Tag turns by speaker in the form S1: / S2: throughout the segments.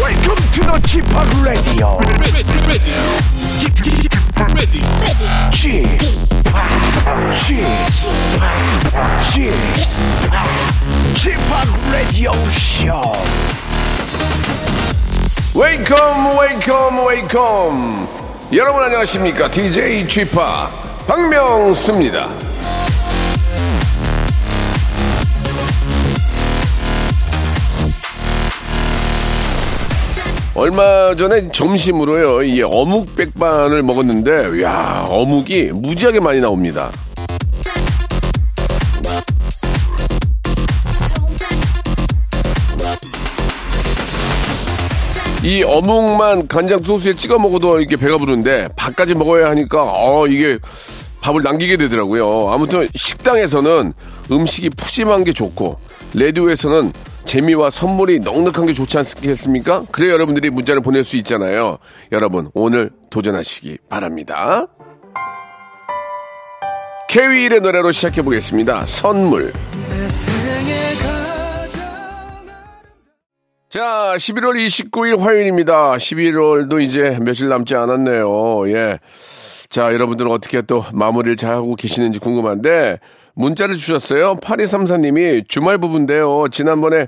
S1: welcome to the Chip Radio.
S2: ready, ready, Get, get, get ready,
S1: Chip, Chip, Chip, Chip Radio Show.
S3: 웨이컴 웨이컴 웨이컴 여러분 안녕하십니까 DJ g p 박명수입니다 얼마 전에 점심으로요 이 어묵 백반을 먹었는데 야 어묵이 무지하게 많이 나옵니다 이 어묵만 간장 소스에 찍어 먹어도 이렇게 배가 부르는데 밥까지 먹어야 하니까 어 이게 밥을 남기게 되더라고요. 아무튼 식당에서는 음식이 푸짐한 게 좋고 레디오에서는 재미와 선물이 넉넉한 게 좋지 않겠습니까? 그래 여러분들이 문자를 보낼 수 있잖아요. 여러분 오늘 도전하시기 바랍니다. 케이윌의 노래로 시작해 보겠습니다. 선물. 자, 11월 29일 화요일입니다. 11월도 이제 며칠 남지 않았네요. 예. 자, 여러분들은 어떻게 또 마무리를 잘 하고 계시는지 궁금한데, 문자를 주셨어요. 8234님이 주말 부부인데요. 지난번에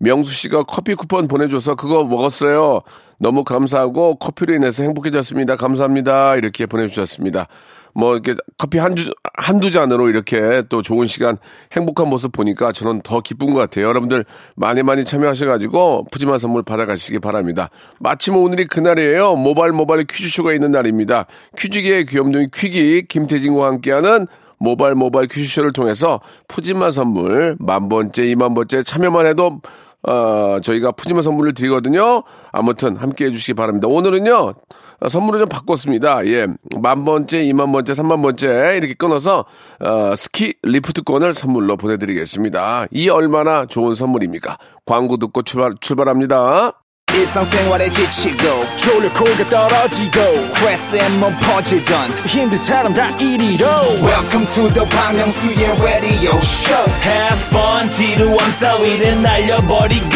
S3: 명수 씨가 커피 쿠폰 보내줘서 그거 먹었어요. 너무 감사하고 커피로 인해서 행복해졌습니다. 감사합니다. 이렇게 보내주셨습니다. 뭐 이렇게 커피 한 주, 한두 잔으로 이렇게 또 좋은 시간 행복한 모습 보니까 저는 더 기쁜 것 같아요. 여러분들 많이 많이 참여하셔가지고 푸짐한 선물 받아가시기 바랍니다. 마침 오늘이 그날이에요. 모발 모발 퀴즈쇼가 있는 날입니다. 퀴즈계의 귀염둥이 퀴기 김태진과 함께하는 모발 모발 퀴즈쇼를 통해서 푸짐한 선물 만 번째, 이만 번째 참여만 해도 어, 저희가 푸짐한 선물을 드리거든요. 아무튼 함께 해주시기 바랍니다. 오늘은요, 어, 선물을 좀 바꿨습니다. 예. 만 번째, 이만 번째, 삼만 번째, 이렇게 끊어서, 어, 스키 리프트권을 선물로 보내드리겠습니다. 이 얼마나 좋은 선물입니까? 광고 듣고 출발, 출발합니다.
S4: 일상생활에 지치고, 졸려 코가 떨어지고, 스트레스에 몸 퍼지던, 힘든 사람 다 이리로. welcome to the Bang Myung-soo's radio show
S5: Have fun 지루함 따위를 날려버리고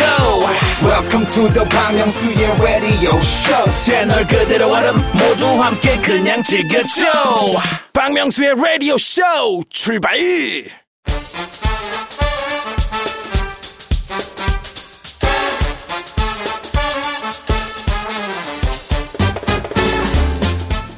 S4: welcome to the Bang Myung-soo's radio show
S5: 채널 그대로 얼음 모두 함께 그냥 즐겨줘
S2: 박명수의 라디오 쇼 출발!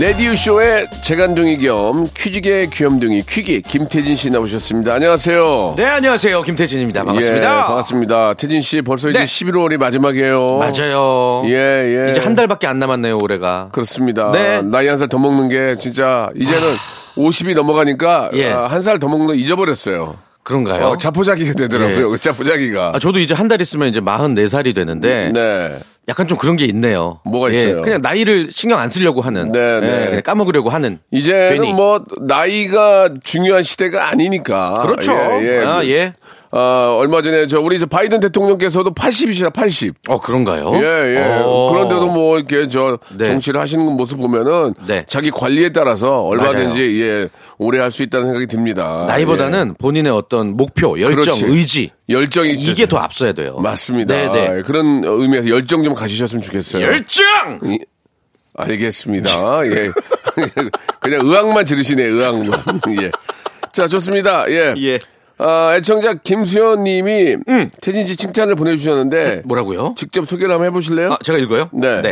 S3: 레디우쇼의 재간둥이 겸 퀴즈계의 귀염둥이 퀴기 김태진 씨 나오셨습니다. 안녕하세요.
S6: 네, 안녕하세요. 김태진입니다. 반갑습니다.
S3: 예, 반갑습니다. 태진 씨 벌써 이제
S6: 네.
S3: 11월이 마지막이에요.
S6: 맞아요.
S3: 예, 예.
S6: 이제 한 달밖에 안 남았네요, 올해가.
S3: 그렇습니다.
S6: 네. 아.
S3: 나이 한 살 더 먹는 게 진짜 이제는 50이 넘어가니까 아,
S6: 예.
S3: 한 살 더 먹는 거 잊어버렸어요.
S6: 그, 런가요
S3: 어, 자포자기가 되더라고요. 자포자기가.
S6: 아, 저도 이제 한 달 있으면 이제 44살이 되는데
S3: 네.
S6: 약간 좀 그런 게 있네요.
S3: 뭐가
S6: 예,
S3: 있어요?
S6: 그냥 나이를 신경 안 쓰려고 하는. 예,
S3: 네, 네.
S6: 그냥 까먹으려고 하는.
S3: 이제는
S6: 괜히.
S3: 뭐 나이가 중요한 시대가 아니니까.
S6: 그렇죠.
S3: 예, 예.
S6: 아, 예.
S3: 아, 얼마 전에 저 우리 저 바이든 대통령께서도 80이시라 80.
S6: 어, 그런가요?
S3: 예, 예.
S6: 어.
S3: 그런데도 뭐 이렇게 저
S6: 네.
S3: 정치를 하시는 그 모습 보면은
S6: 네.
S3: 자기 관리에 따라서 얼마든지 예, 오래 할 수 있다는 생각이 듭니다.
S6: 나이보다는 본인의 어떤 목표, 열정,
S3: 예. 그렇지.
S6: 의지.
S3: 예. 열정이
S6: 이게 더 앞서야 돼요.
S3: 맞습니다. 아, 예,
S6: 네, 네.
S3: 그런 의미에서 열정 좀 가지셨으면 좋겠어요.
S6: 열정!
S3: 이- 알겠습니다. 예. 그냥 의학만 지르시네, 의학만. 예. 자, 좋습니다. 예.
S6: 예. 음.
S3: 아, 애청자 김수현 님이 태진 씨 칭찬을 보내주셨는데
S6: 네, 뭐라고요?
S3: 직접 소개를 한번 해보실래요?
S6: 아, 제가 읽어요?
S3: 네.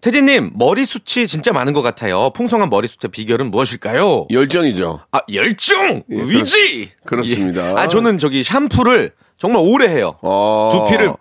S6: 태진님, 머리숱이 진짜 많은 것 같아요. 풍성한 머리숱의 비결은 무엇일까요?
S3: 열정이죠.
S6: 아, 열정! 의지!
S3: 예, 그렇습니다.
S6: 예. 아, 저는 저기 샴푸를 정말 오래 해요.
S3: 어.
S6: 두피를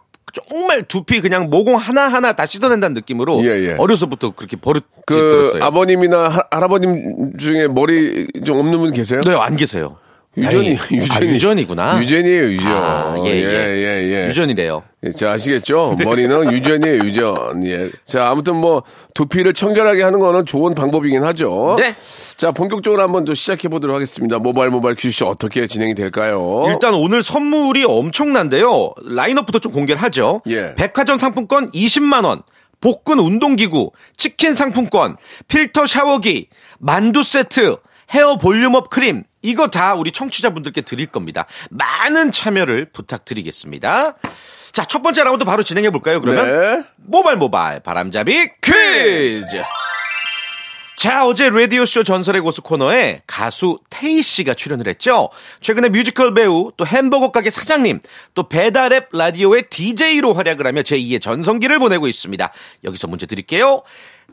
S6: 정말 두피 그냥 모공 하나하나 다 씻어낸다는 느낌으로
S3: 예, 예.
S6: 어려서부터 그렇게 버릇이
S3: 그
S6: 들었어요.
S3: 아버님이나 하- 할아버님 중에 머리 좀 없는 분 계세요?
S6: 네, 안 계세요.
S3: 유전이
S6: 다행히-
S3: 유전이
S6: 아, 유전이구나.
S3: 유전이에요 유전.
S6: 아, 예, 예.
S3: 예, 예.
S6: 유전이래요.
S3: 예, 자, 아시겠죠?
S6: 네.
S3: 머리는 유전이에요, 유전. 예. 자, 아무튼 뭐, 두피를 청결하게 하는 거는 좋은 방법이긴 하죠.
S6: 네.
S3: 자, 본격적으로 한번 또 시작해 보도록 하겠습니다. 모바일 모바일 퀴즈 어떻게 진행이 될까요?
S6: 일단 오늘 선물이 엄청난데요. 라인업부터 좀 공개를 하죠.
S3: 예.
S6: 백화점 상품권 20만 원, 복근 운동기구, 치킨 상품권, 필터 샤워기, 만두 세트, 헤어 볼륨업 크림 이거 다 우리 청취자분들께 드릴 겁니다. 많은 참여를 부탁드리겠습니다. 자, 첫 번째 라운드 바로 진행해 볼까요? 그러면
S3: 네.
S6: 모발 모발 바람잡이 퀴즈. 자, 어제 라디오쇼 전설의 고수 코너에 가수 테이 씨가 출연을 했죠. 최근에 뮤지컬 배우, 또 햄버거 가게 사장님, 또 배달앱 라디오의 DJ로 활약을 하며 제2의 전성기를 보내고 있습니다. 여기서 문제 드릴게요.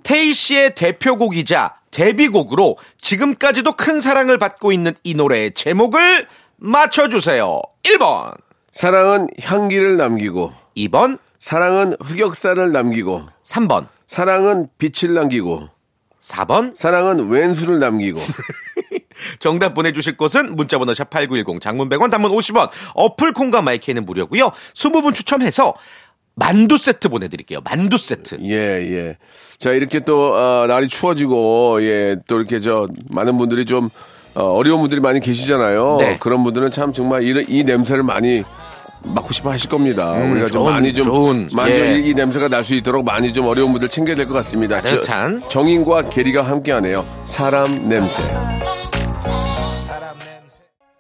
S6: 테이 씨의 대표곡이자 데뷔곡으로 지금까지도 큰 사랑을 받고 있는 이 노래의 제목을 맞춰주세요. 1번,
S3: 사랑은 향기를 남기고,
S6: 2번,
S3: 사랑은 흑역사를 남기고,
S6: 3번,
S3: 사랑은 빛을 남기고,
S6: 4번,
S3: 사랑은 왼수를 남기고.
S6: 정답 보내주실 곳은 문자번호 샵 8910 장문 100원 단문 50원 어플 콩과 마이크는 무료고요 20분 추첨해서 만두 세트 보내드릴게요 만두 세트
S3: 예, 예. 자, 이렇게 또, 어, 날이 추워지고, 예, 또 이렇게 저, 많은 분들이 좀, 어, 려운 분들이 많이 계시잖아요.
S6: 네.
S3: 그런 분들은 참 정말 이, 이 냄새를 많이 맡고 싶어 하실 겁니다. 우리가 좀
S6: 음, 좋은,
S3: 많이 좀,
S6: 좋은,
S3: 많이 좀
S6: 예. 네,
S3: 이, 이 냄새가 날 수 있도록 많이 좀 어려운 분들 챙겨야 될 것 같습니다. 저-
S6: 따뜻한.
S3: 정인과 계리가 함께 하네요. 사람 냄새.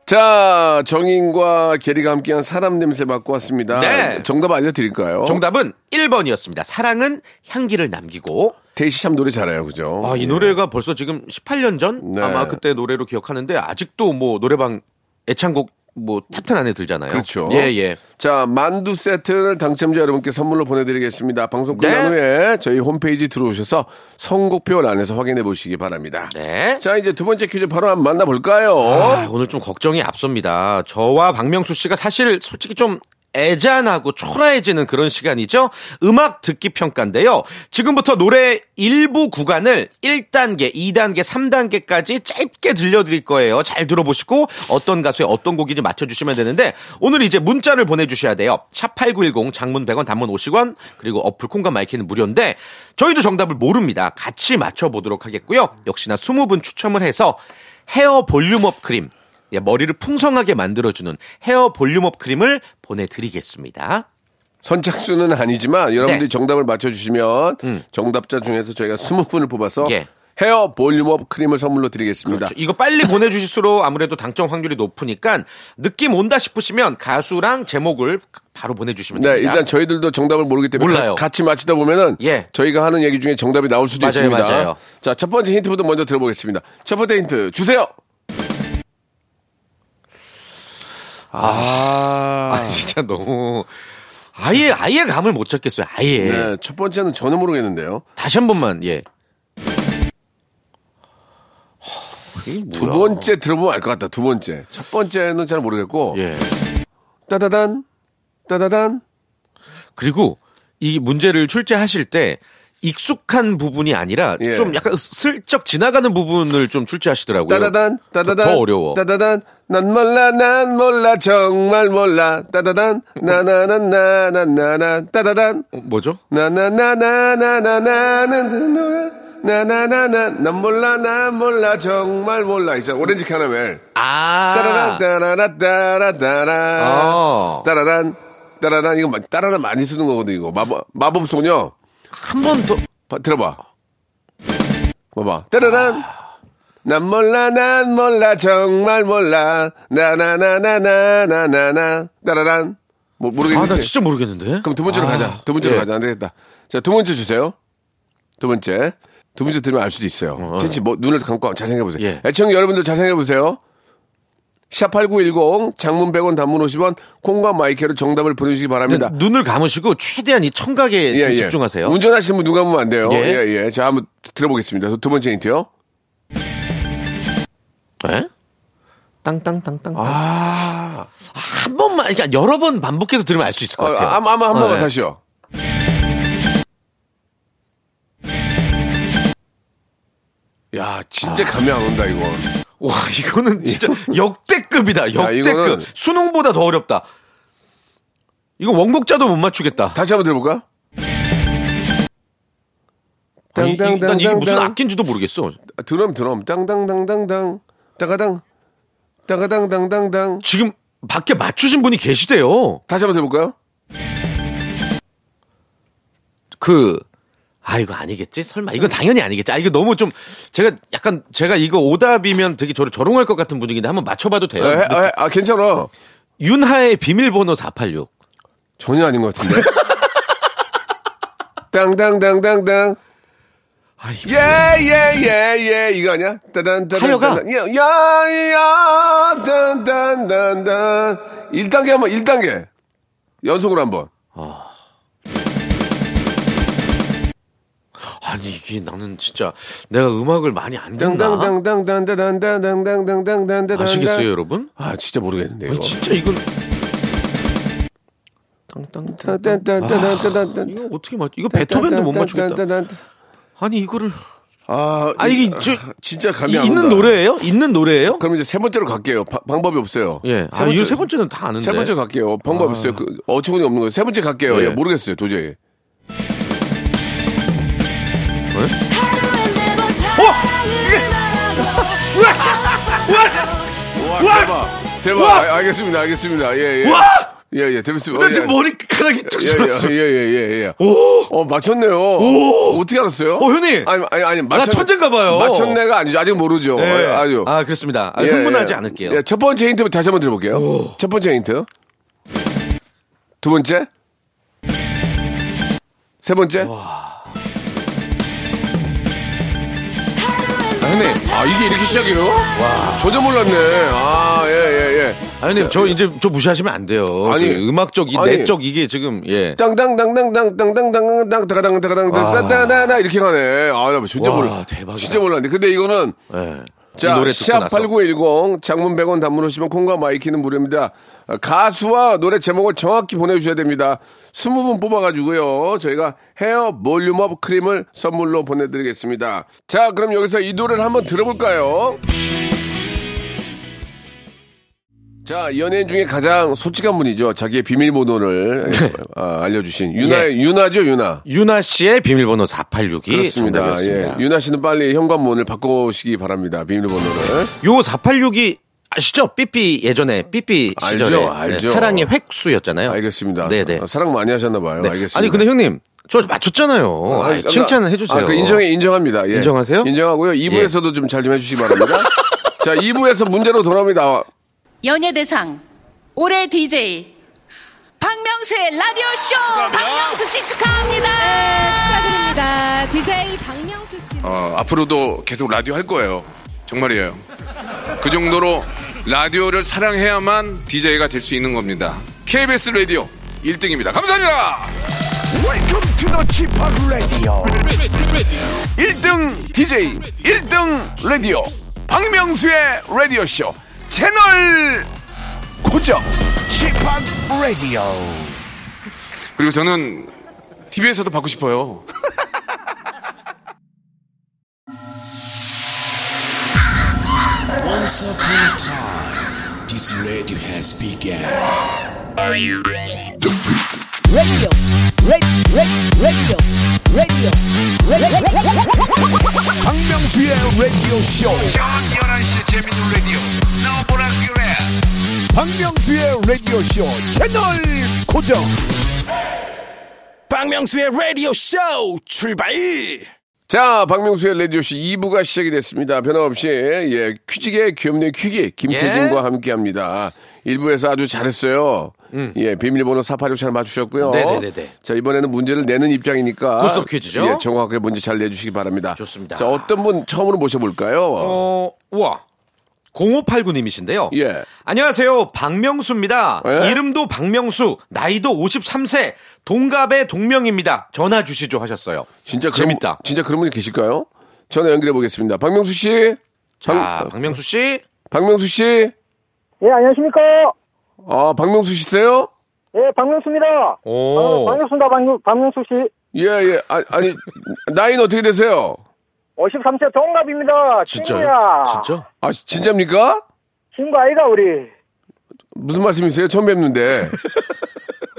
S3: 자, 정인과 계리가 함께한 사람 냄새 맡고 왔습니다.
S6: 네.
S3: 정답 알려드릴까요?
S6: 정답은 1번이었습니다 사랑은 향기를 남기고
S3: 테이시 참 노래 잘해요, 그죠?
S6: 아, 이 노래가 벌써 지금 18년 전
S3: 네.
S6: 아마 그때 노래로 기억하는데 아직도 뭐 노래방 애창곡 뭐 탑텐 안에 들잖아요
S3: 그렇죠.
S6: 예 예.
S3: 자, 만두 세트를 당첨자 여러분께 선물로 보내드리겠습니다. 방송 끝난
S6: 네.
S3: 후에 저희 홈페이지 들어오셔서 선곡표 안에서 확인해 보시기 바랍니다.
S6: 네.
S3: 자, 이제 두 번째 퀴즈 바로 한번 만나볼까요?
S6: 아, 오늘 좀 걱정이 앞섭니다. 저와 박명수 씨가 사실 솔직히 좀 애잔하고 초라해지는 그런 시간이죠. 음악 듣기 평가인데요. 지금부터 노래 일부 구간을 1단계, 2단계, 3단계까지 짧게 들려드릴 거예요. 잘 들어보시고 어떤 가수의 어떤 곡인지 맞춰주시면 되는데 오늘 이제 문자를 보내주셔야 돼요. 샵8910 장문 100원 단문 50원 그리고 어플 콩과 마이키는 무료인데 저희도 정답을 모릅니다. 같이 맞춰보도록 하겠고요. 역시나 20분 추첨을 해서 헤어 볼륨업 크림. 예, 머리를 풍성하게 만들어주는 헤어 볼륨업 크림을 보내드리겠습니다.
S3: 선착순은 아니지만 여러분들이
S6: 네. 음.
S3: 정답을 맞춰주시면 정답자 중에서 저희가 20분을 뽑아서
S6: 예.
S3: 헤어 볼륨업 크림을 선물로 드리겠습니다.
S6: 그렇죠. 이거 빨리 보내주실수록 아무래도 당첨 확률이 높으니까 느낌 온다 싶으시면 가수랑 제목을 바로 보내주시면
S3: 네,
S6: 됩니다.
S3: 일단 저희들도 정답을 모르기 때문에
S6: 몰라요.
S3: 가- 같이 맞히다 보면은
S6: 예.
S3: 저희가 하는 얘기 중에 정답이 나올 수도
S6: 맞아요,
S3: 있습니다.
S6: 맞아요.
S3: 자, 첫 번째 힌트부터 먼저 들어보겠습니다. 첫 번째 힌트 주세요.
S6: 아, 진짜 너무 아예 아예 감을 못 잡겠어요. 아예
S3: 네, 첫 번째는 전혀 모르겠는데요.
S6: 다시 한 번만 예. 이게
S3: 두
S6: 뭐야.
S3: 번째 들어보면 알 것 같다. 두 번째. 첫 번째는 잘 모르겠고
S6: 예.
S3: 따다단 따다단
S6: 그리고 이 문제를 출제하실 때 익숙한 부분이 아니라
S3: 예.
S6: 좀 약간 슬쩍 지나가는 부분을 좀 출제하시더라고요.
S3: 따다단 따다단
S6: 더 어려워.
S3: 따다단 난 몰라 난 몰라 정말 몰라 따다단 나나나나나나나 따다단
S6: 어, 뭐죠?
S3: 나나나나나나나는 너야 나나나나 난 몰라 난 몰라 정말 몰라 이제 오렌지 캐러멜 따라란
S6: 아.
S3: 따라라 따라 따라
S6: 어.
S3: 따라란 따라란 이거 마- 따라란 많이 쓰는 거거든 이거 마법 마법 소녀
S6: 한 번 더.
S3: 봐, 들어봐 봐봐 따라란 난 몰라 난 몰라 정말 몰라 나나나나나나나나 따라란 뭐
S6: 아,
S3: 모르겠는데
S6: 나 진짜 모르겠는데.
S3: 그럼 두 번째로
S6: 아,
S3: 가자. 두 번째로
S6: 예.
S3: 가자. 안 되겠다. 자, 두 번째 주세요. 두 번째. 두 번째 들으면 알 수도 있어요. 텐치 뭐, 눈을 감고 잘 생각해보세요.
S6: 예.
S3: 애청 여러분들 잘 생각해보세요. 샵8910 장문 100원 단문 50원 콩과 마이크로 정답을 보내주시기 바랍니다. 예,
S6: 눈을 감으시고 최대한 이 청각에 네, 좀 집중하세요.
S3: 운전하시는 분 누가 보면 안 돼요.
S6: 예.
S3: 예, 예. 자, 한번 들어보겠습니다. 두 번째 힌트요. 아,
S6: 예? 땅땅땅땅. 아. 한 번만 그러니까 여러 번 반복해서 들으면 알 수 있을 것
S3: 아,
S6: 같아요.
S3: 아, 아마, 아마 한 번만
S6: 예.
S3: 다시요. 야, 진짜 감이 안 온다, 이거.
S6: 와, 이거는 진짜 역대급이다.
S3: 예. 야, 이거는-
S6: 역대급. 수능보다 더 어렵다. 이거 원곡자도 못 맞추겠다.
S3: 다시 한번 들어볼까?
S6: 아니, 이- 난 이게 무슨 악기인지도 모르겠어.
S3: 아, 드럼 드럼 땅땅땅땅땅 따가당 따가당당당당
S6: 지금 밖에 맞추신 분이 계시대요.
S3: 다시 한번 해볼까요?
S6: 그, 아, 이거 아니겠지? 설마. 이건 당연히 아니겠지. 아, 이거 너무 좀, 제가 약간, 제가 이거 오답이면 되게 저를 조롱할 것 같은 분위기인데 한번 맞춰봐도 돼요.
S3: 아, 해- 아, 해- 아, 괜찮아
S6: 윤하의 비밀번호 486.
S3: 전혀 아닌 것 같은데 땅땅땅땅땅 예,
S6: 아, 이-
S3: 예예예예 이거 아니야? 따단 따단
S6: 하여가.
S3: 따단. 예, 야, 야야 딴딴딴딴 1단계 한번 1단계 연속으로 한번
S6: 아니, 이게 나는 진짜 내가 음악을 많이 안 듣나?
S3: 땅땅땅땅땅땅땅땅땅땅땅땅
S6: 아시겠어요, 여러분?
S3: 아 진짜 모르겠는데
S6: 아니,
S3: 이거
S6: 진짜 이건. 땅땅땅.
S3: 아, 딴딴딴딴딴딴.
S6: 이거 어떻게 맞? 이거 베토벤도 못 맞추겠다. 아니 이거를
S3: 아,
S6: 아니,
S3: 이-
S6: 이게 저-
S3: 진짜 감이
S6: 이,
S3: 안
S6: 있는
S3: 온다.
S6: 노래예요? 있는 노래예요?
S3: 그럼 이제 세 번째로 갈게요. 바- 방법이 없어요.
S6: 예. 아, 이거 세 번째는 다 아는데.
S3: 세 번째 갈게요. 방법 이 없어요. 그, 어처구니 없는 거예요. 세 번째 갈게요.
S6: 예.
S3: 예, 모르겠어요. 도저히.
S7: 어? 아,
S3: 와 대박. 대박. 아, 알겠습니다. 알겠습니다. 예 예.
S6: 와!
S3: 예 예. 재밌습니다.
S6: 나
S3: 어,
S6: 지금
S3: 예.
S6: 머리카락이 쭉 쏟았어.
S3: 예예예예 예, 예.
S6: 오.
S3: 어 맞췄네요.
S6: 오!
S3: 어떻게 알았어요?
S6: 어, 형님!
S3: 아니 아니 아니 맞췄.
S6: 천재인가 봐요.
S3: 맞췄네가 아니죠. 아직 모르죠.
S6: 예.
S3: 아, 아주.
S6: 아 그렇습니다. 아,
S3: 예,
S6: 흥분하지
S3: 예.
S6: 않을게요.
S3: 예, 첫 번째 힌트 다시 한번 들어볼게요. 첫 번째 힌트. 두 번째. 세 번째. 아, 형님, 아 이게 이렇게 시작이에요? 와, 전혀 몰랐네. 아, 예, 예, 예.
S6: 아니 저 이제 저 무시하시면 안 돼요.
S3: 아니,
S6: 아니 음악적 이
S3: 아니.
S6: 내적 이게 지금 예.
S3: 땅땅땅땅땅땅땅땅땅땅 다가당 다가당 다다다나 이렇게 가네. 아, 나 진짜
S6: 와,
S3: 몰라.
S6: 대박이다.
S3: 진짜 몰랐는데. 근데 이거는
S6: 예.
S3: 자,
S6: 이 노래 듣고 나서.
S3: 샵8910 장문 100원 단문 오시면 콩과 마이키는 무료입니다. 어, 가수와 노래 제목을 정확히 보내주셔야 됩니다. 20분 뽑아가지고요. 저희가 헤어 볼륨업 크림을 선물로 보내드리겠습니다. 자, 그럼 여기서 이 노래를 한번 들어볼까요? 자, 연예인 중에 가장 솔직한 분이죠. 자기의 비밀번호를
S6: 네.
S3: 아, 알려주신.
S6: 예.
S3: 유나, 유나죠, 유나.
S6: 유나 씨의 비밀번호 486이
S3: 그렇습니다. 예.
S6: 정답이었습니다.
S3: 유나 씨는 빨리 현관문을 바꾸시기 바랍니다. 비밀번호를.
S6: 요 486이 아시죠? 삐삐 예전에 삐삐
S3: 알죠,
S6: 시절에
S3: 알죠.
S6: 네, 사랑의 획수였잖아요.
S3: 알겠습니다.
S6: 네네.
S3: 아, 사랑 많이 하셨나 봐요.
S6: 네.
S3: 알겠습니다.
S6: 아니 근데 형님 저 맞췄잖아요. 아니, 칭찬을 해주세요.
S3: 아, 그 인정해 인정합니다. 예.
S6: 인정하세요?
S3: 인정하고요. 2부에서도 좀 잘 좀 해주시기 바랍니다. 자, 2부에서 문제로 돌아옵니다.
S7: 연예대상 올해 DJ 박명수의 라디오 쇼 박명수 씨 축하합니다.
S8: 네, 축하드립니다. DJ 박명수 씨.
S9: 어, 앞으로도 계속 라디오 할 거예요. 정말이에요. 그 정도로 라디오를 사랑해야만 DJ가 될 수 있는 겁니다. KBS 라디오 1등입니다. 감사합니다!
S1: Welcome to the Chipak Radio.
S2: ready,
S3: 1등 DJ, 1등 라디오, 박명수의 라디오 쇼 채널 고정.
S1: Chipak Radio.
S9: 그리고 저는 TV에서도 받고 싶어요.
S1: 박명수의 라디오 쇼. 박명수의 라디오 쇼 채널 고정.
S2: 박명수의 라디오 쇼 출발!
S3: 자, 박명수의 라디오 쇼 2부가 시작이 됐습니다. 변함없이 예, 퀴직의 귀염내 퀴기
S6: 예?
S3: 김태진과 함께합니다. 1부에서 아주 잘했어요. 예, 비밀번호 486 잘 맞추셨고요.
S6: 음. 네네네네.
S3: 자, 이번에는 문제를 내는 입장이니까
S6: 구스톱 퀴즈죠?
S3: 예, 정확하게 문제 잘 내주시기 바랍니다.
S6: 좋습니다.
S3: 자, 어떤 분 처음으로 모셔볼까요?
S6: 어, 우와. 0589님이신데요.
S3: 예.
S6: 안녕하세요. 박명수입니다.
S3: 예?
S6: 이름도 박명수, 나이도 53세, 동갑의 동명입니다. 전화 주시죠 하셨어요.
S3: 진짜 그런,
S6: 재밌다.
S3: 진짜 그런 분이 계실까요? 전화 연결해 보겠습니다. 박명수 씨,
S6: 자,
S3: 박-
S6: 박명수 씨.
S3: 박명수 씨,
S10: 예, 안녕하십니까.
S3: 아, 박명수 씨세요?
S10: 예, 박명수입니다.
S6: 오.
S10: 반갑습니다, 박명, 박명수 씨.
S3: 예, 예. 아, 아니, 나이는 어떻게 되세요?
S10: 53세 동갑입니다. 친구야.
S6: 진짜?
S3: 아, 진짜입니까?
S10: 친구 아이가 우리.
S3: 무슨 말씀이세요? 처음 뵙는데.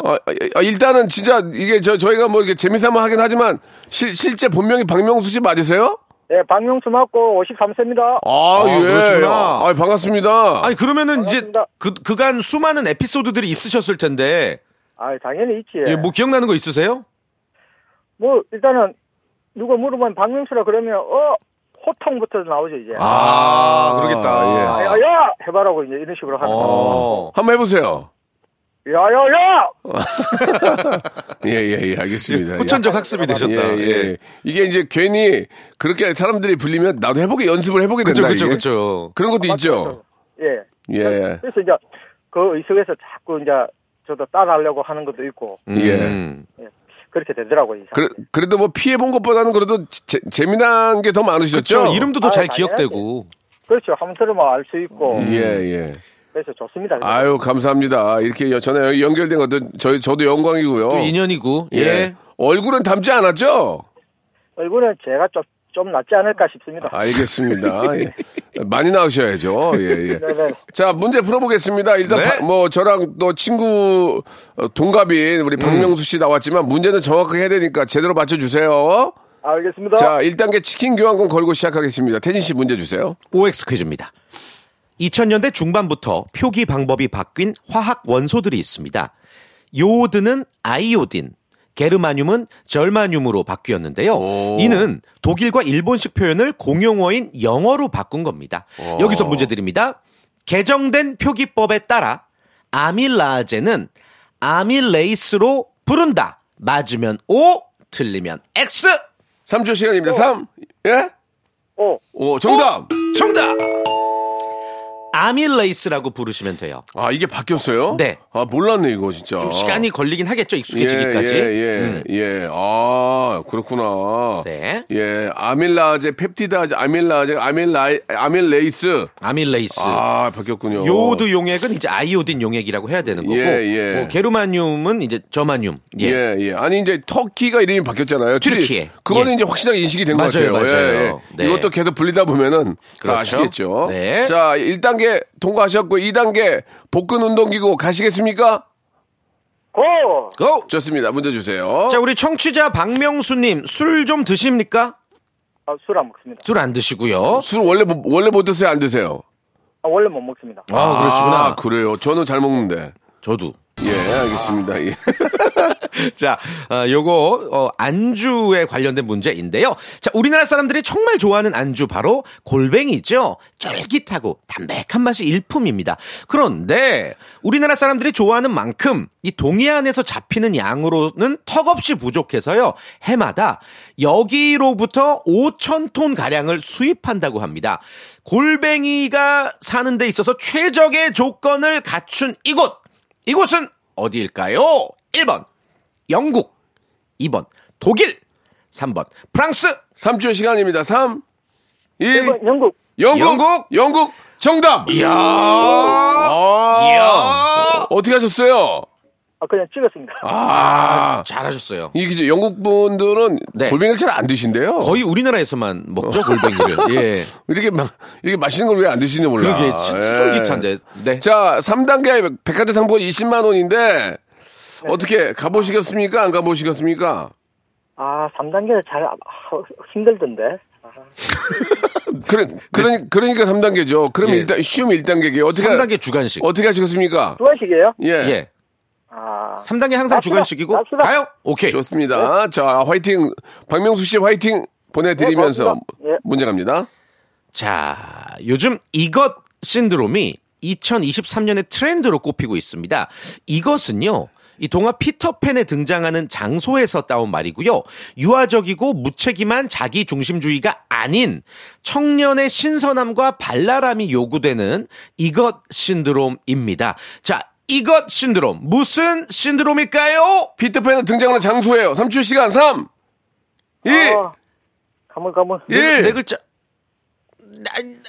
S3: 아, 아, 아, 일단은 진짜 이게 저, 저희가 뭐 이렇게 재미삼아 하긴 하지만 실, 실제 본명이 박명수 씨 맞으세요?
S10: 예, 박명수 맞고 53세입니다.
S3: 아,
S6: 아,
S3: 예.
S6: 그러시구나.
S3: 아, 반갑습니다.
S6: 아니 그러면은 이제
S10: 반갑습니다.
S6: 그 그간 수많은 에피소드들이 있으셨을 텐데
S10: 아, 당연히 있지.
S6: 예, 뭐 기억나는 거 있으세요?
S10: 뭐 일단은 누가 물어보면 박명수라 그러면 어 호통부터 나오죠 이제. 아,
S6: 아,
S3: 예.
S6: 그러겠다.
S10: 야, 야 해봐라고 이제 이런 식으로 하는 거.
S6: 어.
S3: 한번 해보세요.
S10: 야야야.
S3: 예, 예, 예, 알겠습니다.
S6: 후천적 그 학습이 되셨다.
S3: 예, 예. 이게 이제 괜히 그렇게 사람들이 불리면 나도 해보게 연습을 해보게
S6: 그쵸,
S3: 된다.
S6: 그쵸,
S3: 이게.
S6: 그쵸.
S3: 그런
S10: 아,
S3: 것도 있죠.
S10: 예.
S3: 예.
S10: 그래서 이제 그 의석에서 자꾸 이제 저도 따라하려고 하는 것도 있고
S3: 예.
S6: 음.
S10: 그렇게 되더라고요. 이제.
S3: 그래, 그래도 뭐 피해본 것보다는 그래도 재, 재미난 게 더 많으셨죠?
S6: 그쵸. 이름도 더 잘
S10: 아,
S6: 기억되고.
S10: 그렇죠. 한번 들으면 알 수
S6: 음.
S10: 있고.
S3: 예, 예.
S10: 그래서 좋습니다.
S3: 아유, 감사합니다. 이렇게 여- 전에 연결된 것도 저희, 저도 영광이고요.
S6: 또 인연이고. 예.
S3: 얼굴은 닮지 않았죠?
S10: 얼굴은 어, 제가 좀, 좀 낫지 않을까 싶습니다.
S3: 아. 알겠습니다. 예. 많이 나오셔야죠. 예, 예.
S10: 네네.
S3: 자, 문제 풀어보겠습니다. 일단,
S6: 네.
S3: 바- 뭐, 저랑 또 친구, 어, 동갑인
S6: 음.
S3: 우리 박명수 씨 나왔지만, 문제는 정확하게 해야 되니까 제대로 맞춰주세요.
S10: 아, 알겠습니다.
S3: 자, 1단계 치킨 교환권 걸고 시작하겠습니다. 태진 씨 문제 주세요.
S6: OX 퀴즈입니다. 2000년대 중반부터 표기 방법이 바뀐 화학 원소들이 있습니다. 요오드는 아이오딘, 게르마늄은 절마늄으로 바뀌었는데요. 이는 독일과 일본식 표현을 공용어인 영어로 바꾼 겁니다. 여기서 문제 드립니다. 개정된 표기법에 따라 아밀라제는 아밀레이스로 부른다. 맞으면 O, 틀리면 X.
S3: 3초
S10: 어.
S3: 시간입니다. 3, 예?
S10: 오,
S3: 오, 어, 정답!
S6: 정답! 아밀레이스라고 부르시면 돼요.
S3: 아, 이게 바뀌었어요?
S6: 네.
S3: 아, 몰랐네, 이거 진짜.
S6: 좀 시간이 걸리긴 하겠죠
S3: 예,
S6: 익숙해지기까지.
S3: 예, 예,
S6: 음.
S3: 예. 아, 그렇구나.
S6: 네.
S3: 예, 아밀라제, 펩티다제, 아밀라제, 아밀라, 아밀레이스.
S6: 아밀레이스.
S3: 아, 바뀌었군요.
S6: 요오드 용액은 이제 아이오딘 용액이라고 해야 되는 거고,
S3: 예, 예.
S6: 뭐 게르마늄은 이제 저마늄. 예.
S3: 예, 예. 아니, 이제 터키가 이름이 바뀌었잖아요.
S6: 튀르키예.
S3: 튀르- 그거는
S6: 예.
S3: 이제 확실하게 인식이 된 것 같아요.
S6: 맞아요, 맞아요.
S3: 예, 예.
S6: 네.
S3: 이것도 계속 불리다 보면은 다
S6: 그렇죠.
S3: 아시겠죠.
S6: 네.
S3: 자, 1단계 통과하셨고, 2단계 복근 운동기구 가시겠습니까?
S10: 고!
S6: 고!
S3: 좋습니다. 문제 주세요.
S6: 자 우리 청취자 박명수님 술 좀 드십니까?
S10: 아, 술 안 먹습니다.
S6: 술 안 드시고요.
S3: 어? 술 원래, 못- 원래 못 드세요? 안 드세요?
S10: 아, 원래 못 먹습니다.
S6: 아, 그러시구나.
S3: 아, 그래요. 저는 잘 먹는데.
S6: 저도.
S3: 예, 알겠습니다. 예.
S6: 자, 어, 요거 어, 안주에 관련된 문제인데요. 자, 우리나라 사람들이 정말 좋아하는 안주 바로 골뱅이죠. 쫄깃하고 담백한 맛이 일품입니다. 그런데 우리나라 사람들이 좋아하는 만큼 이 동해안에서 잡히는 양으로는 턱없이 부족해서요. 해마다 여기로부터 5천 톤 가량을 수입한다고 합니다. 골뱅이가 사는 데 있어서 최적의 조건을 갖춘 이곳. 이곳은 어디일까요? 1번 영국, 2번 독일, 3번 프랑스.
S3: 3초의 시간입니다. 3, 2,
S10: 일본, 영국.
S3: 영국, 영국,
S6: 영국.
S3: 정답!
S6: 이야,
S3: 아,
S6: 이야.
S3: 어떻게 하셨어요?
S10: 아, 그냥 찍었습니다.
S3: 아,
S6: 잘하셨어요.
S3: 이게 이제 영국 분들은
S6: 네.
S3: 골뱅이를 잘 안 드신대요.
S6: 거의 우리나라에서만 먹죠 골뱅이를. 예.
S3: 이렇게 막, 이렇게 맛있는 걸 왜 안 드시는지 몰라.
S6: 그러게 진짜
S3: 예.
S6: 쫄깃한데. 네.
S3: 자, 3단계 백화점 상품권 20만원인데, 어떻게 가보시겠습니까? 안 가보시겠습니까?
S10: 아, 3단계는 잘 아, 힘들던데.
S3: 그래,
S6: 네.
S3: 그러니, 그러니까 3단계죠. 그럼 일단, 쉬움 1단계게요. 어떻게,
S6: 예. 3단계 주간식.
S3: 어떻게 하시겠습니까?
S10: 주관식이에요?
S3: 예.
S6: 예.
S10: 아,
S6: 3단계 항상
S10: 납시다,
S6: 주간식이고
S10: 납시다.
S6: 가요. 오케이.
S3: 좋습니다. 자, 화이팅. 박명수 씨 화이팅 보내드리면서
S10: 네, 고맙습니다. 예.
S3: 문제 갑니다.
S6: 자, 요즘 이것 신드롬이 2023년의 트렌드로 꼽히고 있습니다. 이것은요. 이 동화 피터팬에 등장하는 장소에서 따온 말이고요. 유아적이고 무책임한 자기 중심주의가 아닌 청년의 신선함과 발랄함이 요구되는 이것 신드롬입니다. 자, 이것 신드롬. 무슨 신드롬일까요?
S3: 피트팬에 등장하는 장소예요. 3초 시간 3, 2,
S10: 어, 가물, 가물.
S6: 네,
S3: 1.
S6: 네 글자.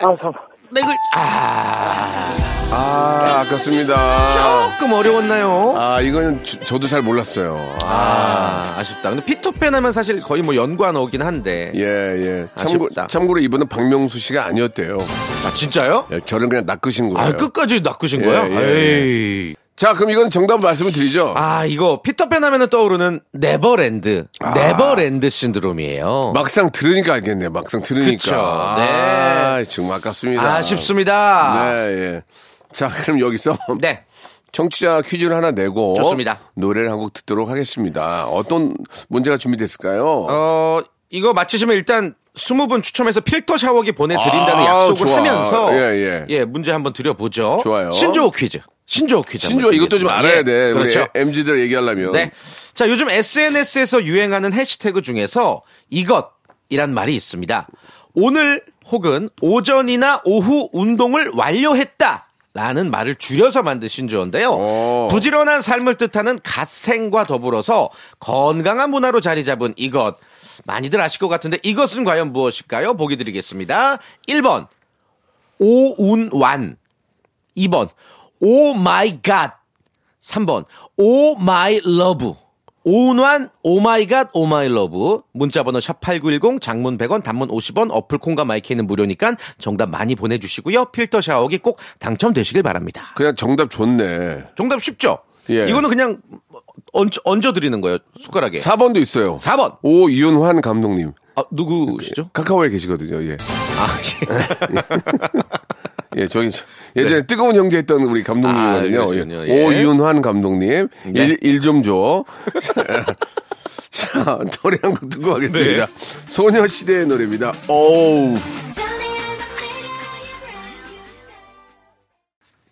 S10: 아, 잠
S6: 네 글자. 아.
S3: 아, 아깝습니다.
S6: 조금 어려웠나요?
S3: 아, 이건 저- 저도 잘 몰랐어요. 아,
S6: 아, 아쉽다. 근데 피터팬 하면 사실 거의 뭐 연관어긴 한데.
S3: 예, 예. 참고,
S6: 아쉽다.
S3: 참고로 이분은 박명수 씨가 아니었대요.
S6: 아, 진짜요?
S3: 예, 저는 그냥 낚으신 거예요.
S6: 아, 끝까지 낚으신
S3: 예,
S6: 거예요?
S3: 예,
S6: 에이.
S3: 자, 그럼 이건 정답 말씀을 드리죠.
S6: 아, 이거 피터팬 하면은 떠오르는 네버랜드.
S3: 아.
S6: 네버랜드 신드롬이에요.
S3: 어. 막상 들으니까 알겠네. 요 막상
S6: 그쵸.
S3: 들으니까.
S6: 네.
S3: 아, 지금 아깝습니다.
S6: 아쉽습니다.
S3: 네, 예. 자, 그럼 여기서
S6: 네.
S3: 청취자 퀴즈를 하나 내고
S6: 좋습니다.
S3: 노래를 한 곡 듣도록 하겠습니다. 어떤 문제가 준비됐을까요?
S6: 어, 이거 맞히시면 일단 20분 추첨해서 필터 샤워기 보내드린다는
S3: 아,
S6: 약속을
S3: 좋아.
S6: 하면서
S3: 예, 예.
S6: 문제 한번 드려보죠.
S3: 좋아요.
S6: 신조어 퀴즈. 신조어 퀴즈. 한번
S3: 신조 이것도 좀
S6: 드리겠습니다.
S3: 알아야
S6: 예,
S3: 돼.
S6: 그렇죠.
S3: 우리 MZ들 얘기하려면.
S6: 네. 자, 요즘 SNS에서 유행하는 해시태그 중에서 이것이란 말이 있습니다. 오늘 혹은 오전이나 오후 운동을 완료했다. 라는 말을 줄여서 만든 신조어인데요.
S3: 오.
S6: 부지런한 삶을 뜻하는 갓생과 더불어서 건강한 문화로 자리 잡은 이것. 많이들 아실 것 같은데 이것은 과연 무엇일까요? 보기 드리겠습니다. 1번, 오운완. 2번, Oh 오 마이 갓. 3번 오 마이 러브 오운환 Oh 오마이갓 오마이러브 문자번호 샵8910 장문 100원 단문 50원 어플 콩과 마이크는 무료니까 정답 많이 보내주시고요 필터 샤워기 꼭 당첨되시길 바랍니다
S3: 그냥 정답 좋네.
S6: 정답 쉽죠?
S3: 예.
S6: 이거는 그냥 얹, 얹어드리는 거예요 숟가락에
S3: 4번도 있어요.
S6: 4번
S3: 오 이윤환 감독님.
S6: 아, 누구시죠?
S3: 카카오에 계시거든요. 예.
S6: 아,
S3: 예, 저기 저- 예전에 뜨거운 형제 했던 우리
S6: 네. 아,
S3: 감독님이거든요.
S6: 그러시군요. 예.
S3: 예. 오윤환 감독님.
S6: 네.
S3: 일, 일 좀 줘. 자, 노래 한 곡 듣고 가겠습니다.
S6: 네.
S3: 소녀시대의 노래입니다. 오우.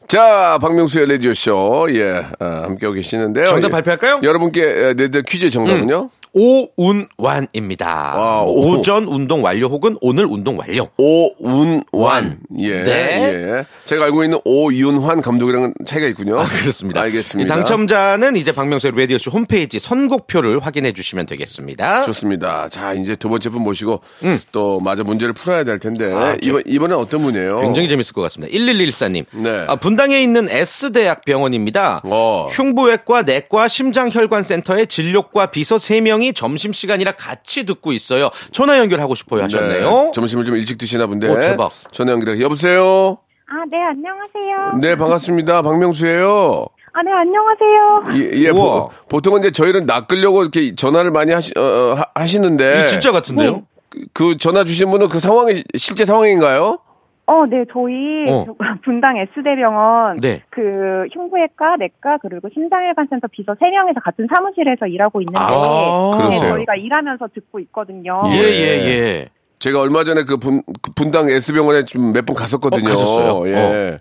S3: 자, 박명수의 라디오쇼, 예, 아, 함께하고 계시는데요.
S6: 정답
S3: 예.
S6: 발표할까요? 음.
S3: 여러분께 에, 내드 퀴즈의 정답은요?
S6: 오운완입니다
S3: 와, 오.
S6: 오전 운동 완료 혹은 오늘 운동 완료
S3: 오운완.
S6: 완.
S3: 예.
S6: 네.
S3: 예. 제가 알고 있는 오윤환 감독이랑은 차이가 있군요.
S6: 아, 그렇습니다.
S3: 알겠습니다.
S6: 이 당첨자는 이제 박명수의 라디오쇼 홈페이지 선곡표를 확인해 주시면 되겠습니다.
S3: 좋습니다. 자, 이제 두 번째 분 모시고
S6: 음.
S3: 또 마저 문제를 풀어야 될 텐데 이번 이번엔 어떤 분이에요?
S6: 아, 굉장히 재밌을 것 같습니다. 1114님.
S3: 네.
S6: 아, 분당에 있는 S대학 병원입니다.
S3: 어.
S6: 흉부외과, 내과, 심장혈관센터의 진료과 비서 3명이 점심시간이라 같이 듣고 있어요. 전화 연결하고 싶어요 하셨네요.
S3: 네, 점심을 좀 일찍 드시나 본데.
S6: 오, 대박.
S3: 전화 연결해. 여보세요.
S11: 아, 네, 안녕하세요.
S3: 네, 반갑습니다. 박명수예요.
S11: 아, 네, 안녕하세요.
S3: 예, 예,
S6: 우와.
S3: 보, 통은 이제 저희는 낚으려고 이렇게 전화를 많이 하시, 어, 어, 하- 하시는데
S6: 이거 진짜 같은데요?
S3: 그, 그 전화 주신 분은 그 상황이 실제 상황인가요?
S11: 어, 네, 저희
S6: 어.
S11: 분당 S대병원
S6: 네.
S11: 그 흉부외과, 내과 그리고 심장혈관센터 비서 3명에서 같은 사무실에서 일하고 있는데
S6: 아,
S11: 네,
S3: 그러세요.
S11: 저희가 일하면서 듣고 있거든요.
S6: 예, 예, 예.
S3: 제가 얼마 전에 그, 분, 그 분당 S병원에 좀 몇 번 갔었거든요.
S6: 어, 가셨어요?
S3: 예.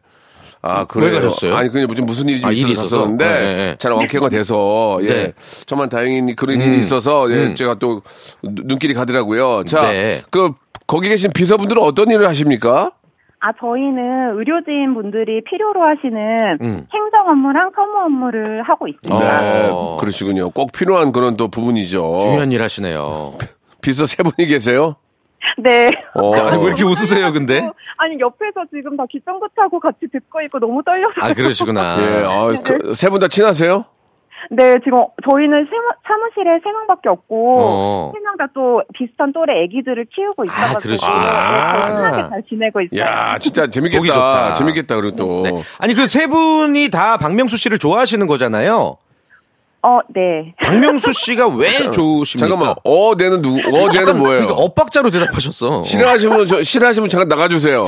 S3: 아, 그래요?
S6: 가셨어요?
S3: 아니, 그냥 무슨, 무슨 일이 좀
S6: 아, 일이 있어서?
S3: 있었었는데,
S6: 네, 네.
S3: 잘 완쾌가 돼서, 예.
S6: 네.
S3: 저만 다행히 그런 일이 있어서, 예,
S6: 음.
S3: 제가 또 눈- 눈길이 가더라고요. 자,
S6: 네.
S3: 그, 거기 계신 비서분들은 어떤 일을 하십니까?
S11: 아, 저희는 의료진 분들이 필요로 하시는
S6: 음.
S11: 행정 업무랑 서무 업무를 하고 있습니다.
S3: 네,
S6: 어.
S3: 그러시군요. 꼭 필요한 그런 또 부분이죠.
S6: 중요한 일 하시네요.
S3: 비서 세 분이 계세요?
S11: 네.
S3: 어.
S6: 아니, 왜 이렇게 웃으세요, 근데?
S11: 아니, 옆에서 지금 다 기성긋하고 같이 듣고 있고 너무 떨려서.
S6: 아, 그러시구나.
S3: 예, 아, 세 분 다 친하세요?
S11: 네, 지금 저희는 세무- 사무실에 세 명밖에
S6: 어.
S11: 없고 세 명 다 또 비슷한 또래 아기들을 키우고 있어가지고
S6: 그러시구나.
S11: 네, 저희 친하게 잘 지내고 있어요.
S3: 야 진짜 재밌겠다.
S6: 보기 좋다.
S3: 재밌겠다, 그리고 또.
S6: 네. 아니, 그 세 분이 다 박명수 씨를 좋아하시는 거잖아요.
S11: 어, 네.
S6: 박명수 씨가 왜 좋으십니까?
S3: 잠깐만, 어, 내는 누구, 어, 내는
S6: 약간
S3: 뭐예요?
S6: 그러니까 엇박자로 대답하셨어.
S3: 싫어하시면 저 싫어하시면 잠깐 나가주세요.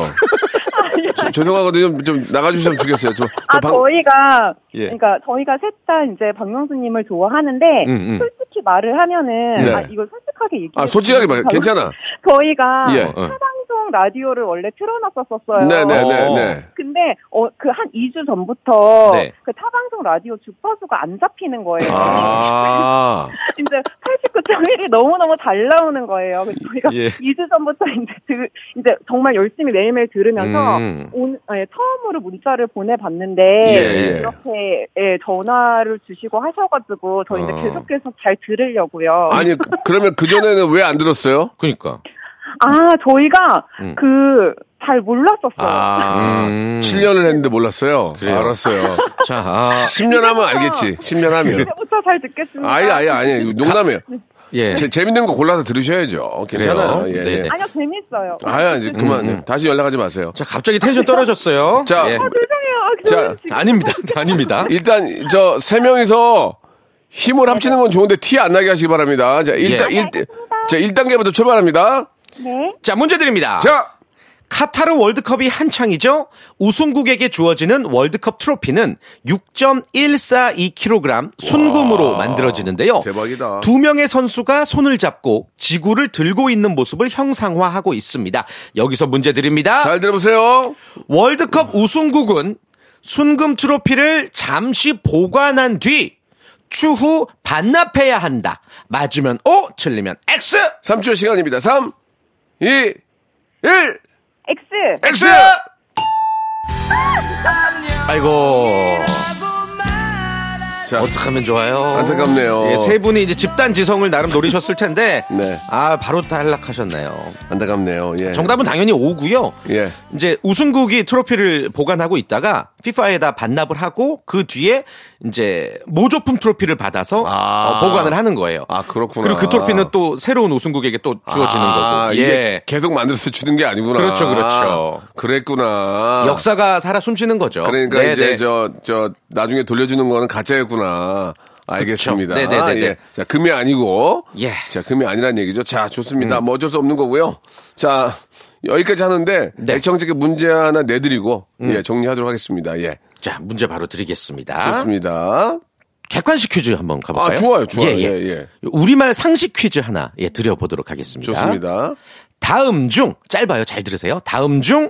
S3: 저- 죄송하거든요. 좀, 좀 나가주시면 좋겠어요. 저, 저
S11: 아,
S3: 방-
S11: 저희가
S6: 예.
S11: 그러니까 저희가 셋 다 이제 박명수님을 좋아하는데
S6: 음, 음.
S11: 솔직히 말을 하면은
S3: 네.
S11: 아, 이거 솔직하게 얘기해.
S3: 아, 솔직하게 말,
S11: 주세요.
S3: 괜찮아.
S11: 저희가
S3: 예.
S6: 어, 어.
S11: 타방송 라디오를 원래 틀어놨었었어요.
S3: 네네네.
S6: 어.
S3: 네.
S11: 근데 어, 그 한 2주 전부터
S6: 네.
S11: 그 타방송 라디오 주파수가 안 잡히는 거예요.
S3: 아,
S11: 이제 89.1이 너무너무 잘 나오는 거예요. 그래서 저희가
S6: 예.
S11: 2주 전부터 이제, 들, 이제 정말 열심히 매일매일 들으면서
S6: 음.
S11: 오늘, 예, 처음으로 문자를 보내봤는데
S3: 예, 예.
S11: 이렇게 예, 전화를 주시고 하셔가지고 저희 이제
S6: 어.
S11: 계속 계속 잘 들으려고요.
S3: 아니 그- 그러면 그 전에는 왜 안 들었어요?
S6: 그러니까.
S11: 아, 저희가
S6: 음.
S11: 그 잘 몰랐었어요.
S12: 아, 7년을 했는데 몰랐어요. 알았어요.
S6: 자, 아.
S12: 10년 하면 알겠지. 10년 하면.
S11: 이제부터 잘 듣겠습니다.
S12: 아니, 아니, 아니. 농담이에요.
S6: 예. 네,
S12: 제, 재밌는 거 골라서 들으셔야죠. 괜찮아요. 예, 예.
S11: 아니요, 재밌어요.
S12: 아야, 이제 그만. 다시 연락하지 마세요.
S6: 자, 갑자기 텐션 떨어졌어요.
S12: 자,
S6: 음, 예.
S12: 자,
S11: 죄송해요.
S6: 아닙니다. 아닙니다.
S12: 일단 저 세 명이서 힘을 합치는 건 좋은데 티 안 나게 하시기 바랍니다. 자, 일단
S6: 예.
S12: 일 자, 1단계부터 출발합니다.
S11: 네.
S6: 자, 문제 드립니다.
S12: 자,
S6: 카타르 월드컵이 한창이죠. 우승국에게 주어지는 월드컵 트로피는 6.142kg 순금으로 만들어지는데요.
S12: 대박이다.
S6: 두 명의 선수가 손을 잡고 지구를 들고 있는 모습을 형상화하고 있습니다. 여기서 문제 드립니다.
S12: 잘 들어보세요.
S6: 월드컵 우승국은 순금 트로피를 잠시 보관한 뒤 추후 반납해야 한다. 맞으면 O, 틀리면 X.
S12: 3초 시간입니다. 3 2 1
S11: X.
S12: X!
S6: 아이고.
S12: 자,
S6: 어떻게 하면 좋아요?
S12: 안타깝네요.
S6: 예, 세 분이 이제 집단 지성을 나름 노리셨을 텐데
S12: 네.
S6: 아, 바로 탈락하셨네요.
S12: 안타깝네요. 예.
S6: 정답은 당연히 오고요.
S12: 예.
S6: 이제 우승국이 트로피를 보관하고 있다가 FIFA에다 반납을 하고 그 뒤에 이제 모조품 트로피를 받아서
S12: 아.
S6: 어, 보관을 하는 거예요.
S12: 아, 그렇구나.
S6: 그리고 그 트로피는 또 새로운 우승국에게 또 주어지는
S12: 아,
S6: 거고.
S12: 이게
S6: 예.
S12: 계속 만들어서 주는 게 아니구나.
S6: 그렇죠, 그렇죠.
S12: 아, 그랬구나.
S6: 역사가 살아 숨쉬는 거죠.
S12: 그러니까
S6: 네,
S12: 이제
S6: 네.
S12: 저 저 나중에 돌려주는 거는 가짜였구나. 알겠습니다.
S6: 그쵸. 네네네네.
S12: 예. 자, 금이 아니고.
S6: 예. 음.
S12: 자, 금이 아니란 얘기죠. 자, 좋습니다. 뭐 어쩔 수 없는 거고요. 자, 여기까지 하는데
S6: 네. 음.
S12: 애청자께 문제 하나 내드리고 예, 정리하도록 하겠습니다. 예.
S6: 자, 문제 바로 드리겠습니다.
S12: 좋습니다.
S6: 객관식 퀴즈 한번 가볼까요?
S12: 아, 좋아요, 좋아요. 예, 예.
S6: 우리말 상식 퀴즈 하나 예, 드려보도록 하겠습니다.
S12: 좋습니다.
S6: 다음 중 짧아요. 잘 들으세요. 다음 중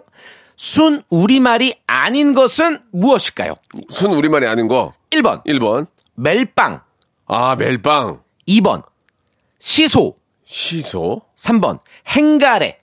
S6: 순 우리말이 아닌 것은 무엇일까요?
S12: 순 우리말이 아닌 거.
S6: 1번
S12: 1번.
S6: 멜빵,
S12: 아, 멜빵.
S6: 2번 시소,
S12: 시소.
S6: 3번 행가래.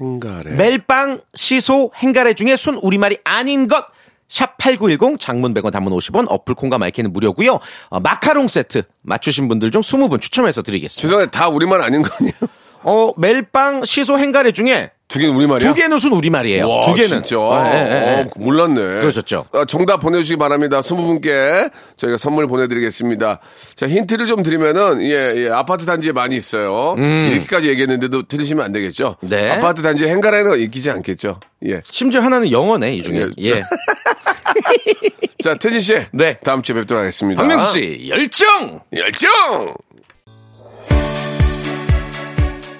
S12: 행가래.
S6: 네. 멜빵, 시소, 행가래 중에 순 우리말이 아닌 것. 샵 8910 장문 100원 단문 50원 어플 콩과 마이크는 무료고요. 어, 마카롱 세트 맞추신 분들 중 20분 추첨해서 드리겠습니다.
S12: 죄송해요. 다 우리말 아닌 거 아니에요?
S6: 어, 멜빵, 시소, 행가래 중에
S12: 두 개는 우리말이야?
S6: 두 개는 순 우리말이에요.
S12: 와,
S6: 두 개는.
S12: 진짜.
S6: 예, 예, 예.
S12: 어, 몰랐네.
S6: 그러셨죠.
S12: 아, 정답 보내주시기 바랍니다. 스무 분께 저희가 선물 보내드리겠습니다. 자, 힌트를 좀 드리면은, 예, 예, 아파트 단지에 많이 있어요. 이렇게까지 얘기했는데도 들으시면 안 되겠죠.
S6: 음. 네.
S12: 아파트 단지에 행가라는 건 익히지 않겠죠. 예.
S6: 심지어 하나는 영어네, 이 중에.
S12: 예.
S6: 예.
S12: 자, 태진 씨.
S6: 네.
S12: 다음 주에 뵙도록 하겠습니다.
S6: 박명수 씨, 열정!
S12: 열정!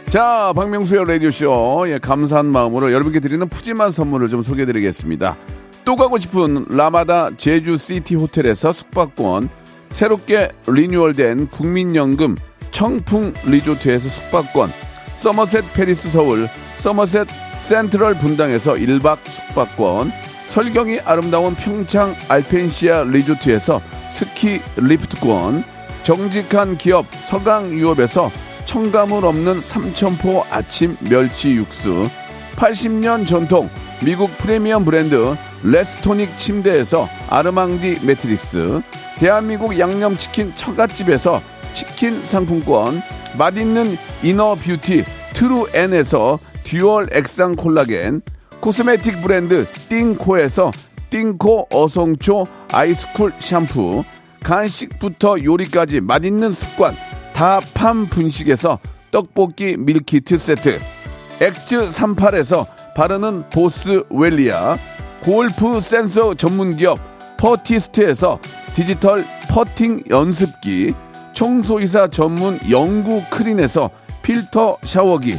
S3: 자, 박명수의 라디오쇼. 예, 감사한 마음으로 여러분께 드리는 푸짐한 선물을 좀 소개해 드리겠습니다. 또 가고 싶은 라마다 제주시티 호텔에서 숙박권, 새롭게 리뉴얼된 국민연금 청풍 리조트에서 숙박권, 서머셋 페리스 서울, 서머셋 센트럴 분당에서 1박 숙박권, 설경이 아름다운 평창 알펜시아 리조트에서 스키 리프트권, 정직한 기업 서강유업에서 청가물 없는 삼천포 아침 멸치 육수, 80년 전통 미국 프리미엄 브랜드 레스토닉 침대에서 아르망디 매트릭스, 대한민국 양념치킨 처갓집에서 치킨 상품권, 맛있는 이너 뷰티 트루엔에서 듀얼 액상 콜라겐, 코스메틱 브랜드 띵코에서 띵코 어성초 아이스쿨 샴푸, 간식부터 요리까지 맛있는 습관 다팜 분식에서 떡볶이 밀키트 세트. 엑즈 38에서 바르는 보스 웰리아, 골프 센서 전문 기업 퍼티스트에서 디지털 퍼팅 연습기, 청소이사 전문 영구 크린에서 필터 샤워기,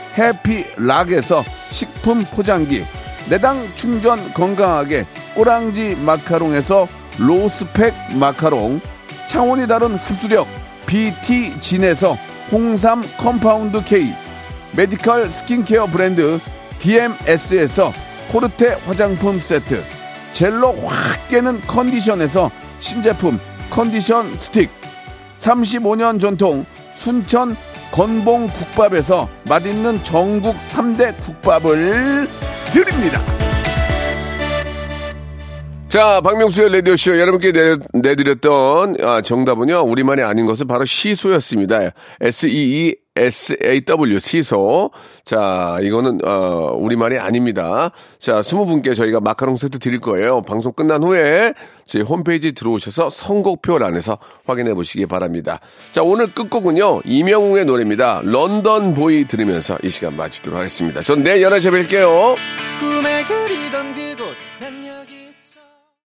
S3: 해피락에서 식품 포장기, 내당 충전 건강하게 꼬랑지 마카롱에서 로스펙 마카롱, 창원이 다른 흡수력 BT진에서 홍삼 컴파운드 K 메디컬 스킨케어 브랜드 DMS에서
S1: 코르테 화장품 세트, 젤로 확 깨는 컨디션에서 신제품 컨디션 스틱, 35년 전통 순천 건봉 국밥에서 맛있는 전국 3대 국밥을 드립니다.
S3: 자, 박명수의 라디오쇼 여러분께 내, 드렸던 아, 정답은요, 우리만이 아닌 것은 바로 시소였습니다. S-E-E-S-A-W, 시소. 자, 이거는, 어, 우리만이 아닙니다. 자, 스무 분께 저희가 마카롱 세트 드릴 거예요. 방송 끝난 후에 저희 홈페이지 들어오셔서 선곡표란에서 확인해 보시기 바랍니다. 자, 오늘 끝곡은요, 이명웅의 노래입니다. 런던 보이 들으면서 이 시간 마치도록 하겠습니다. 전 내일 11시에 뵐게요.
S6: 꿈에 그리던 그곳